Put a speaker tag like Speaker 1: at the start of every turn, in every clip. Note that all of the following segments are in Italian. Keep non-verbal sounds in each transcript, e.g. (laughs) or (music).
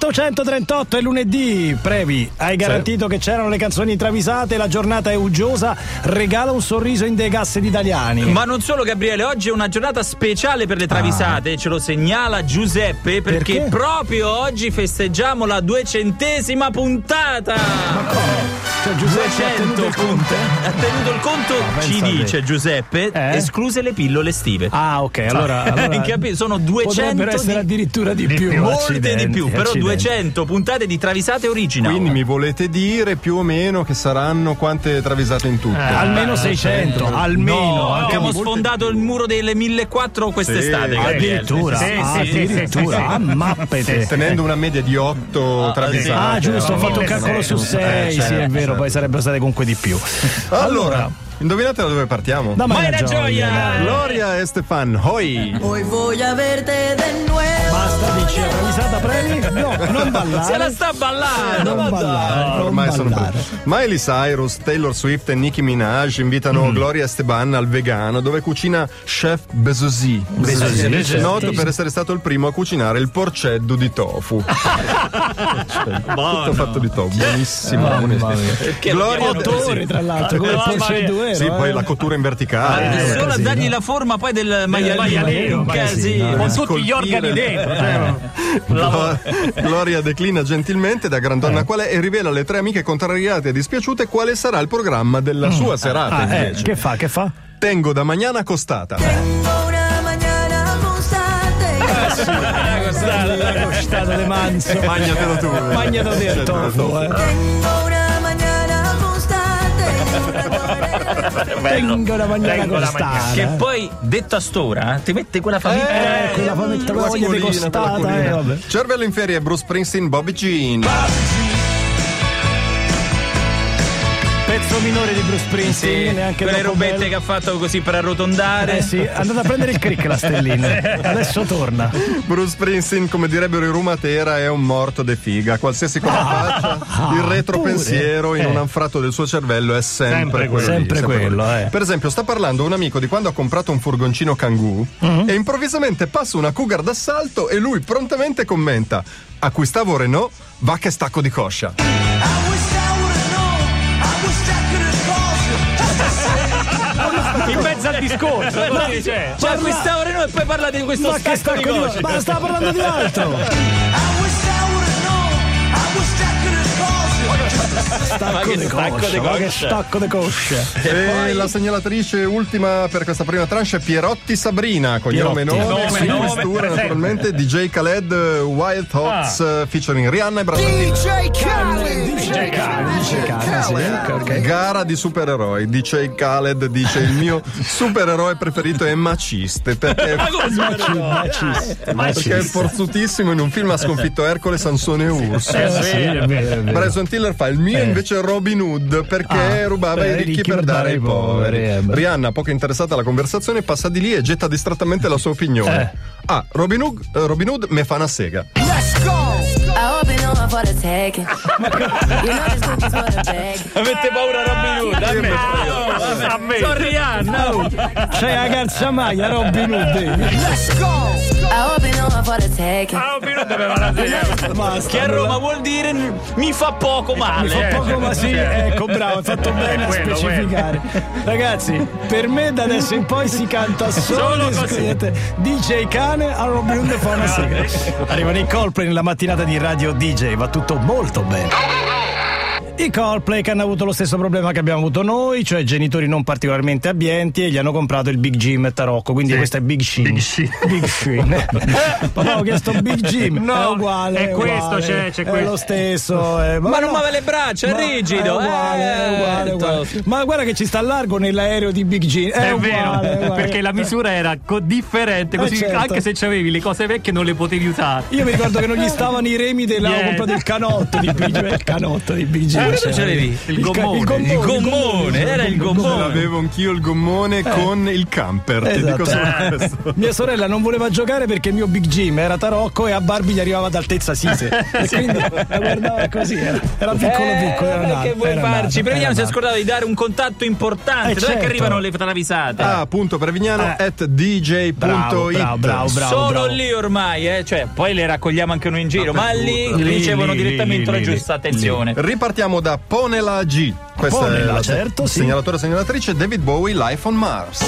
Speaker 1: 838 è lunedì, Previ, hai garantito che c'erano le canzoni travisate, la giornata è uggiosa, regala un sorriso in dei gas di italiani.
Speaker 2: Ma non solo Gabriele, oggi è una giornata speciale per le travisate, ce lo segnala Giuseppe perché,
Speaker 1: Ah. Perché?
Speaker 2: proprio oggi festeggiamo la duecentesima puntata.
Speaker 1: Cioè Giuseppe ha tenuto
Speaker 2: 200
Speaker 1: il conto.
Speaker 2: punte. Ha tenuto il conto,
Speaker 1: pensa
Speaker 2: ci
Speaker 1: a te.
Speaker 2: dice Giuseppe,
Speaker 1: Eh?
Speaker 2: escluse le pillole estive.
Speaker 1: Ah, ok,
Speaker 2: (laughs)
Speaker 1: allora, allora
Speaker 2: Capi- sono 200
Speaker 1: potrebbero
Speaker 2: di-
Speaker 1: essere addirittura di, più.
Speaker 2: Molte di
Speaker 3: accidenti,
Speaker 2: più, però
Speaker 3: accidenti.
Speaker 2: 200 puntate di travisate originali.
Speaker 3: Quindi mi volete dire più o meno che saranno quante travisate in tutto?
Speaker 1: almeno 600, almeno
Speaker 2: Ah, No,
Speaker 1: anche
Speaker 2: abbiamo
Speaker 1: molte-
Speaker 2: sfondato il muro delle 1400 quest'estate.
Speaker 3: Sì,
Speaker 2: Gabriele.
Speaker 1: addirittura,
Speaker 2: Sì, sì, sì, sì.
Speaker 1: addirittura, ah, mappete.
Speaker 3: Tenendo una media di 8 travisate.
Speaker 1: Ah, giusto, ho fatto un
Speaker 3: Eh,
Speaker 1: calcolo su
Speaker 3: certo.
Speaker 1: 6, sì, è vero,
Speaker 2: certo.
Speaker 1: poi sarebbero state comunque di più.
Speaker 3: Allora, indovinate da dove partiamo?
Speaker 1: da
Speaker 2: Maira
Speaker 1: Maria Gioia.
Speaker 2: Gioia!
Speaker 3: Gloria e Stefan, hoi!
Speaker 4: Hoy voy a verte de nuevo.
Speaker 1: Basta, dici, travisata, Previ? No, non
Speaker 2: Se la
Speaker 1: ballare.
Speaker 2: sta
Speaker 1: Non
Speaker 2: ballando, ma dai.
Speaker 1: ballare.
Speaker 3: Ormai
Speaker 1: non
Speaker 3: sono
Speaker 1: ballare.
Speaker 3: presi. Miley Cyrus, Taylor Swift e Nicki Minaj invitano
Speaker 1: Mm.
Speaker 3: Gloria Esteban al vegano dove cucina chef Bezosi,
Speaker 1: Bezosi, certo.
Speaker 3: noto per essere stato il primo a cucinare il porceddu di
Speaker 1: (laughs)
Speaker 3: tofu. Tutto fatto di tofu, buonissimo. buonissimo. Gloria
Speaker 1: Otto ore, tra l'altro, come
Speaker 2: No,
Speaker 1: fosse
Speaker 2: ma-
Speaker 1: il duero,
Speaker 3: Sì,
Speaker 1: eh. Ah,
Speaker 3: poi la cottura in verticale.
Speaker 2: È
Speaker 3: Eh,
Speaker 2: solo a
Speaker 3: casino.
Speaker 2: dargli la forma poi del maialino. eh,
Speaker 5: maialino,
Speaker 2: Un casino.
Speaker 5: con
Speaker 3: eh,
Speaker 5: tutti gli
Speaker 3: colpire.
Speaker 5: organi dentro. cioè,
Speaker 3: Glo- (laughs) Gloria declina gentilmente da
Speaker 1: Eh.
Speaker 3: grandonna quale e rivela alle tre amiche contrariate e dispiaciute quale sarà il programma della sua serata.
Speaker 1: Ah, eh,
Speaker 3: invece.
Speaker 1: che fa, che fa?
Speaker 3: Tengo da mañana accostata.
Speaker 4: Tengo una mañana constante.
Speaker 1: La costata de manzo.
Speaker 3: Magnatelo tu.
Speaker 1: Eh, Magnatelo te il tofu, eh.
Speaker 4: Tengo una mañana constante.
Speaker 1: Tengo la magnana
Speaker 5: Tengo la
Speaker 1: costata.
Speaker 2: Che poi, detto a stora, eh, ti mette quella famiglia.
Speaker 1: Ah, Eh, quella fametta, quella voglia di costata, eh, vabbè.
Speaker 3: Cervello in ferie, Bruce Springsteen, Bobby Jean.
Speaker 1: Pezzo minore di Bruce Springsteen, neanche
Speaker 2: quelle
Speaker 1: troppo
Speaker 2: robette
Speaker 1: bello.
Speaker 2: che ha fatto così per arrotondare.
Speaker 1: Eh sì, andate a prendere il crick la (laughs) stellina. Adesso torna.
Speaker 3: Bruce Springsteen, come direbbero i Rumatera, è un morto de figa. Qualsiasi cosa
Speaker 1: Ah,
Speaker 3: faccia, il retropensiero in un anfratto del suo cervello è sempre,
Speaker 5: Sempre
Speaker 3: quello. lì,
Speaker 1: Eh. Sempre quello, eh.
Speaker 3: Per esempio, sta parlando un amico di quando ha comprato un furgoncino kangoo
Speaker 1: Mm-hmm.
Speaker 3: e improvvisamente passa una cougar d'assalto e lui prontamente commenta: Acquistavo Renault, va che stacco di coscia.
Speaker 5: in mezzo al discorso. così, cioè.
Speaker 2: Cioè, questa Oreno e poi parla di questo
Speaker 1: Ma che
Speaker 2: stacco di
Speaker 1: stacco
Speaker 2: voce.
Speaker 1: di Ma stava parlando di
Speaker 5: (laughs)
Speaker 1: altro.
Speaker 2: Ma
Speaker 1: Stacco
Speaker 2: che
Speaker 1: di
Speaker 2: stacco di
Speaker 1: cosce. Ma che
Speaker 2: cosce.
Speaker 1: stacco di cosce.
Speaker 3: E, la segnalatrice ultima per questa prima tranche è Pierotti Sabrina, cognome
Speaker 1: Pierotti.
Speaker 3: nome,
Speaker 5: Nome,
Speaker 3: su
Speaker 5: nome,
Speaker 3: mistura
Speaker 5: presente.
Speaker 3: naturalmente DJ Khaled eh, Wild Thoughts eh, featuring Rihanna e Brad Pitt.
Speaker 4: DJ Khaled.
Speaker 1: DJ Khaled, DJ Khaled, sì, ok, ok.
Speaker 3: Gara di supereroi, dice Khaled, dice il mio supereroe preferito è Maciste, perché, (laughs) perché è forzutissimo in un film ha sconfitto Ercole, Sansone e Urso.
Speaker 5: Eh, sì, è vero.
Speaker 3: Bryson Tiller fa il mio invece è Robin Hood perché
Speaker 1: Eh. Ah,
Speaker 3: rubava
Speaker 1: eh,
Speaker 3: i ricchi per dare ai poveri.
Speaker 1: eh, beh.
Speaker 3: Rihanna, poco interessata alla conversazione, passa di lì e getta distrattamente la sua
Speaker 1: Eh.
Speaker 3: opinione. Ah, Robin Hood, eh, Robin Hood me fa una sega.
Speaker 6: I hope you know I'm for the taking. you know this cookie's for the bag.
Speaker 2: Avete paura Robin Hood? A me.
Speaker 5: A me.
Speaker 2: Sono Rihanna. oh.
Speaker 1: C'è la calzamaglia Robin Hood.
Speaker 6: I hope you know I'm for the taking.
Speaker 5: Ah, Pino doveva la segnalare.
Speaker 1: Basta.
Speaker 2: Che a Roma vuol dire mi fa poco male.
Speaker 1: Fa
Speaker 5: Eh,
Speaker 1: poco ma sì, ecco bravo, hai fatto bene a
Speaker 5: quello,
Speaker 1: specificare. Ragazzi, per me da adesso in poi si canta solo, e esclusivamente DJ Cane a Robin Hood e fa una sigla. Arrivano i Coldplay nella mattinata di Radio DJ, va tutto molto bene. I Coldplay che hanno avuto lo stesso problema che abbiamo avuto noi, cioè genitori non particolarmente abbienti e gli hanno comprato il Big Jim Tarocco, quindi questo è Big Shin. Big Shin.
Speaker 5: (laughs)
Speaker 1: Papà ho chiesto Big Jim,
Speaker 5: No,
Speaker 1: è uguale.
Speaker 5: è questo,
Speaker 1: uguale,
Speaker 5: c'è- c'è
Speaker 1: è
Speaker 5: questo.
Speaker 1: lo stesso. eh,
Speaker 2: Ma
Speaker 1: no.
Speaker 2: non muove le braccia, è
Speaker 1: Ma-
Speaker 2: rigido.
Speaker 1: È uguale, è
Speaker 2: eh,
Speaker 1: uguale, è uguale.
Speaker 2: to-
Speaker 1: Ma guarda che ci sta a largo nell'aereo di Big G. È,
Speaker 5: È
Speaker 1: uguale, è
Speaker 5: vero,
Speaker 1: uguale.
Speaker 5: perché la misura era co- differente, così
Speaker 1: certo.
Speaker 5: anche se c'avevi le cose vecchie non le potevi usare.
Speaker 1: Io mi ricordo che non gli stavano i remi della
Speaker 5: Niente.
Speaker 1: compra del canotto di Big G. Il canotto di Big G.
Speaker 2: Cosa Eh, ce l'avevi?
Speaker 1: Il gommone.
Speaker 2: Il gommone,
Speaker 1: Il gommone,
Speaker 2: era il
Speaker 3: Ce
Speaker 2: gommone.
Speaker 3: l'avevo anch'io il gommone con il camper. Ti
Speaker 1: Eh. Esatto.
Speaker 3: dico solo questo.
Speaker 1: Mia sorella non voleva giocare perché il mio Big Jim era tarocco e a Barbie gli arrivava ad altezza Sise.
Speaker 5: (laughs)
Speaker 1: E quindi la guardava così. Era, era piccolo
Speaker 2: Eh,
Speaker 1: piccolo. Era
Speaker 2: ma
Speaker 1: nato,
Speaker 2: che vuoi
Speaker 1: era nato,
Speaker 2: farci?
Speaker 1: era
Speaker 2: Prevignano si è
Speaker 1: nato.
Speaker 2: scordato di dare un contatto importante.
Speaker 1: Eh,
Speaker 2: Dov'è che
Speaker 1: certo.
Speaker 2: arrivano le travisate?
Speaker 3: Ah, punto Prevignano
Speaker 1: Eh.
Speaker 3: at dj.it.
Speaker 1: Bravo, bravo, bravo, bravo.
Speaker 2: Solo
Speaker 1: bravo.
Speaker 2: lì ormai, eh? cioè, poi le raccogliamo anche noi in giro, ma lì
Speaker 1: Lì,
Speaker 2: ricevono
Speaker 1: lì,
Speaker 2: direttamente
Speaker 1: lì,
Speaker 2: la
Speaker 1: lì,
Speaker 2: giusta attenzione.
Speaker 3: Ripartiamo da Ponela G. Questa è
Speaker 1: Ponela,
Speaker 3: la
Speaker 1: certo, sì.
Speaker 3: segnalatore segnalatrice David Bowie Life on Mars.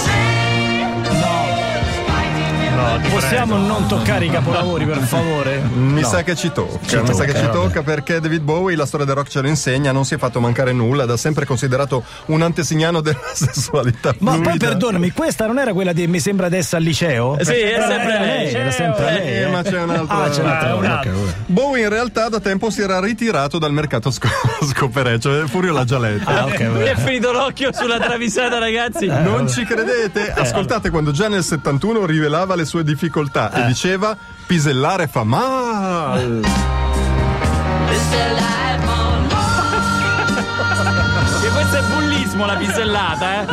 Speaker 1: Possiamo non toccare i capolavori,
Speaker 2: (laughs)
Speaker 1: per favore?
Speaker 3: Mi
Speaker 1: No.
Speaker 3: sa che ci tocca, mi sa che ci tocca perché David Bowie, la storia del rock ce lo insegna, non si è fatto mancare nulla, da sempre considerato un antesignano della (laughs) sessualità.
Speaker 1: Ma poi
Speaker 3: fluida.
Speaker 1: perdonami, questa non era quella di mi sembra adesso al liceo?
Speaker 2: Sì, è sempre
Speaker 1: era
Speaker 2: lei.
Speaker 1: Era sempre
Speaker 2: Eh,
Speaker 1: lei.
Speaker 3: Eh, ma c'è un'altra.
Speaker 1: Ah, c'è un'altra.
Speaker 5: Ah, un altro.
Speaker 3: Bowie in realtà da tempo si era ritirato dal mercato sco- (laughs) scopereccio, eh, Furio l'ha già letto.
Speaker 1: Ah, eh, ok,
Speaker 2: Mi è
Speaker 1: vabbè.
Speaker 2: finito l'occhio sulla travisata, ragazzi.
Speaker 3: Non ci
Speaker 1: Eh,
Speaker 3: credete? Ascoltate quando già nel 71 rivelava le sue difficoltà
Speaker 1: Eh.
Speaker 3: e diceva pisellare fa male.
Speaker 2: E questo è bullismo la pisellata, eh?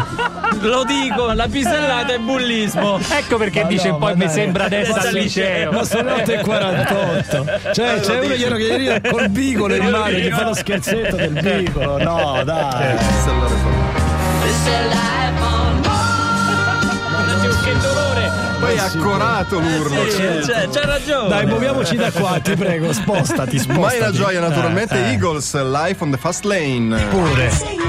Speaker 2: Lo dico, la pisellata è bullismo.
Speaker 5: Ecco perché
Speaker 1: Ma
Speaker 5: dice
Speaker 1: no,
Speaker 5: poi
Speaker 1: ma
Speaker 5: mi
Speaker 1: dai.
Speaker 5: sembra adesso al
Speaker 1: (laughs)
Speaker 5: liceo.
Speaker 1: Ma sono 8 e 48. Cioè, c'è uno che gli arriva col bigolo in mano che fa lo scherzetto del bigolo. No, dai.
Speaker 3: Pisellare fa male.
Speaker 2: Che certo dolore! Eh,
Speaker 3: Poi è accorato l'urlo.
Speaker 2: Sì, c'è, c'è Cioè, ragione.
Speaker 1: Eh, certo. Dai, muoviamoci da qua, ti prego, spostati, spostati.
Speaker 3: Mai la gioia
Speaker 2: Eh,
Speaker 3: naturalmente Eagles Life on the Fast Lane. Oh,
Speaker 1: Pure.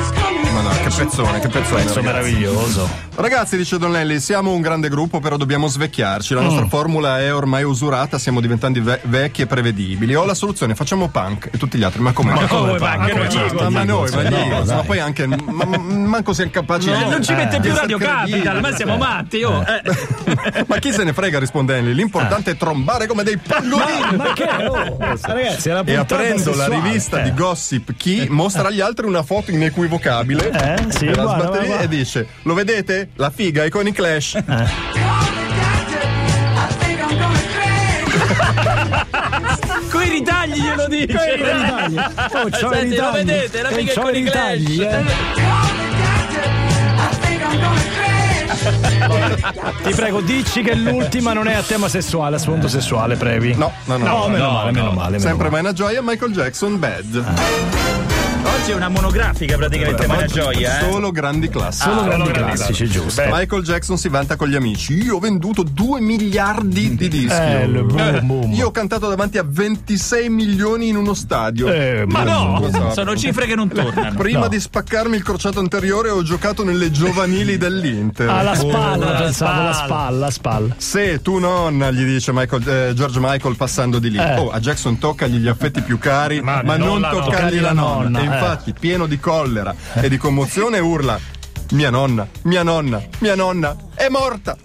Speaker 3: Ma no, che pezzone, che pezzone.
Speaker 1: Pezzo
Speaker 3: ragazzi.
Speaker 1: meraviglioso.
Speaker 3: Ragazzi, dice Don Lelli, siamo un grande gruppo, però dobbiamo svecchiarci. La
Speaker 2: Mm.
Speaker 3: nostra formula è ormai usurata, stiamo diventando ve- vecchi e prevedibili. Ho la soluzione, facciamo punk e tutti gli altri. Ma come? Ma,
Speaker 2: come Certo, fa? Anche noi,
Speaker 3: ma,
Speaker 2: Diego.
Speaker 3: noi, ma gli Eagles, ma poi anche. Ma, ma- manco siamo capaci.
Speaker 2: Eh,
Speaker 3: di-
Speaker 2: Non ci mette
Speaker 3: di
Speaker 2: più
Speaker 3: essere
Speaker 2: Radio
Speaker 3: credibili.
Speaker 2: Capital, ma Ah, siamo matti, oh. Eh.
Speaker 3: Ma chi se ne frega, risponde Enli. L'importante è trombare come dei palloni.
Speaker 1: Ma che è? Oh, ragazzi, era
Speaker 3: E
Speaker 1: puntata
Speaker 3: aprendo la
Speaker 1: sessuale. Eh.
Speaker 3: rivista di Gossip Chi mostra agli altri una foto inequivocabile
Speaker 1: Eh, sì,
Speaker 3: della
Speaker 1: guarda,
Speaker 3: sbatteria
Speaker 1: guarda.
Speaker 3: e dice: Lo vedete? La figa è con
Speaker 1: (laughs)
Speaker 3: i Clash.
Speaker 2: Coi ritagli glielo dice.
Speaker 1: Oh, c'ho i
Speaker 2: Senti, lo
Speaker 1: ritagli.
Speaker 2: vedete, la
Speaker 1: Eh,
Speaker 2: figa è
Speaker 1: c'ho
Speaker 2: con i
Speaker 1: ritagli,
Speaker 2: Clash.
Speaker 1: eh. Ti prego, dici che l'ultima non è a tema sessuale, a sfondo sessuale, previ.
Speaker 3: No, no, no.
Speaker 1: No, meno
Speaker 2: no,
Speaker 1: male, meno
Speaker 2: no.
Speaker 1: male. meno male.
Speaker 3: Sempre
Speaker 1: Ah,
Speaker 3: mai una gioia, Michael Jackson Bad.
Speaker 2: Oggi è una monografica praticamente, ma è una gioia, eh.
Speaker 3: Solo grandi classici.
Speaker 1: Solo grandi
Speaker 5: grandi
Speaker 1: classici, giusto.
Speaker 3: Michael Jackson si vanta con gli amici. Io ho venduto 2 miliardi
Speaker 1: Eh,
Speaker 3: di dischi.
Speaker 1: Bello, boom, boom.
Speaker 3: Io ho cantato davanti a 26 milioni in uno stadio.
Speaker 1: Eh,
Speaker 2: Ma
Speaker 3: Esatto.
Speaker 2: no, sono cifre che non tornano.
Speaker 3: Prima di spaccarmi il crociato anteriore ho giocato nelle (laughs) giovanili dell'Inter.
Speaker 1: alla spalla,
Speaker 2: alla
Speaker 1: pensavo, alla
Speaker 2: spalla.
Speaker 1: spalla, spalla.
Speaker 3: Se tu nonna, gli dice Michael, eh, George Michael passando di lì. Oh, a Jackson toccagli gli affetti più cari, ma, non, toccargli la nonna.
Speaker 1: nonna,
Speaker 3: e
Speaker 1: eh.
Speaker 3: infatti, pieno di collera e di commozione, urla: Mia nonna, mia nonna, mia nonna è morta.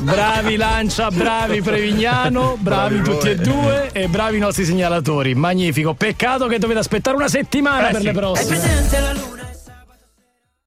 Speaker 1: Bravi Lancia, bravi Prevignano, bravi, tutti e due e Eh bravi i nostri segnalatori. Magnifico. Peccato che dovete aspettare una settimana per le prossime.
Speaker 4: Presente la luce.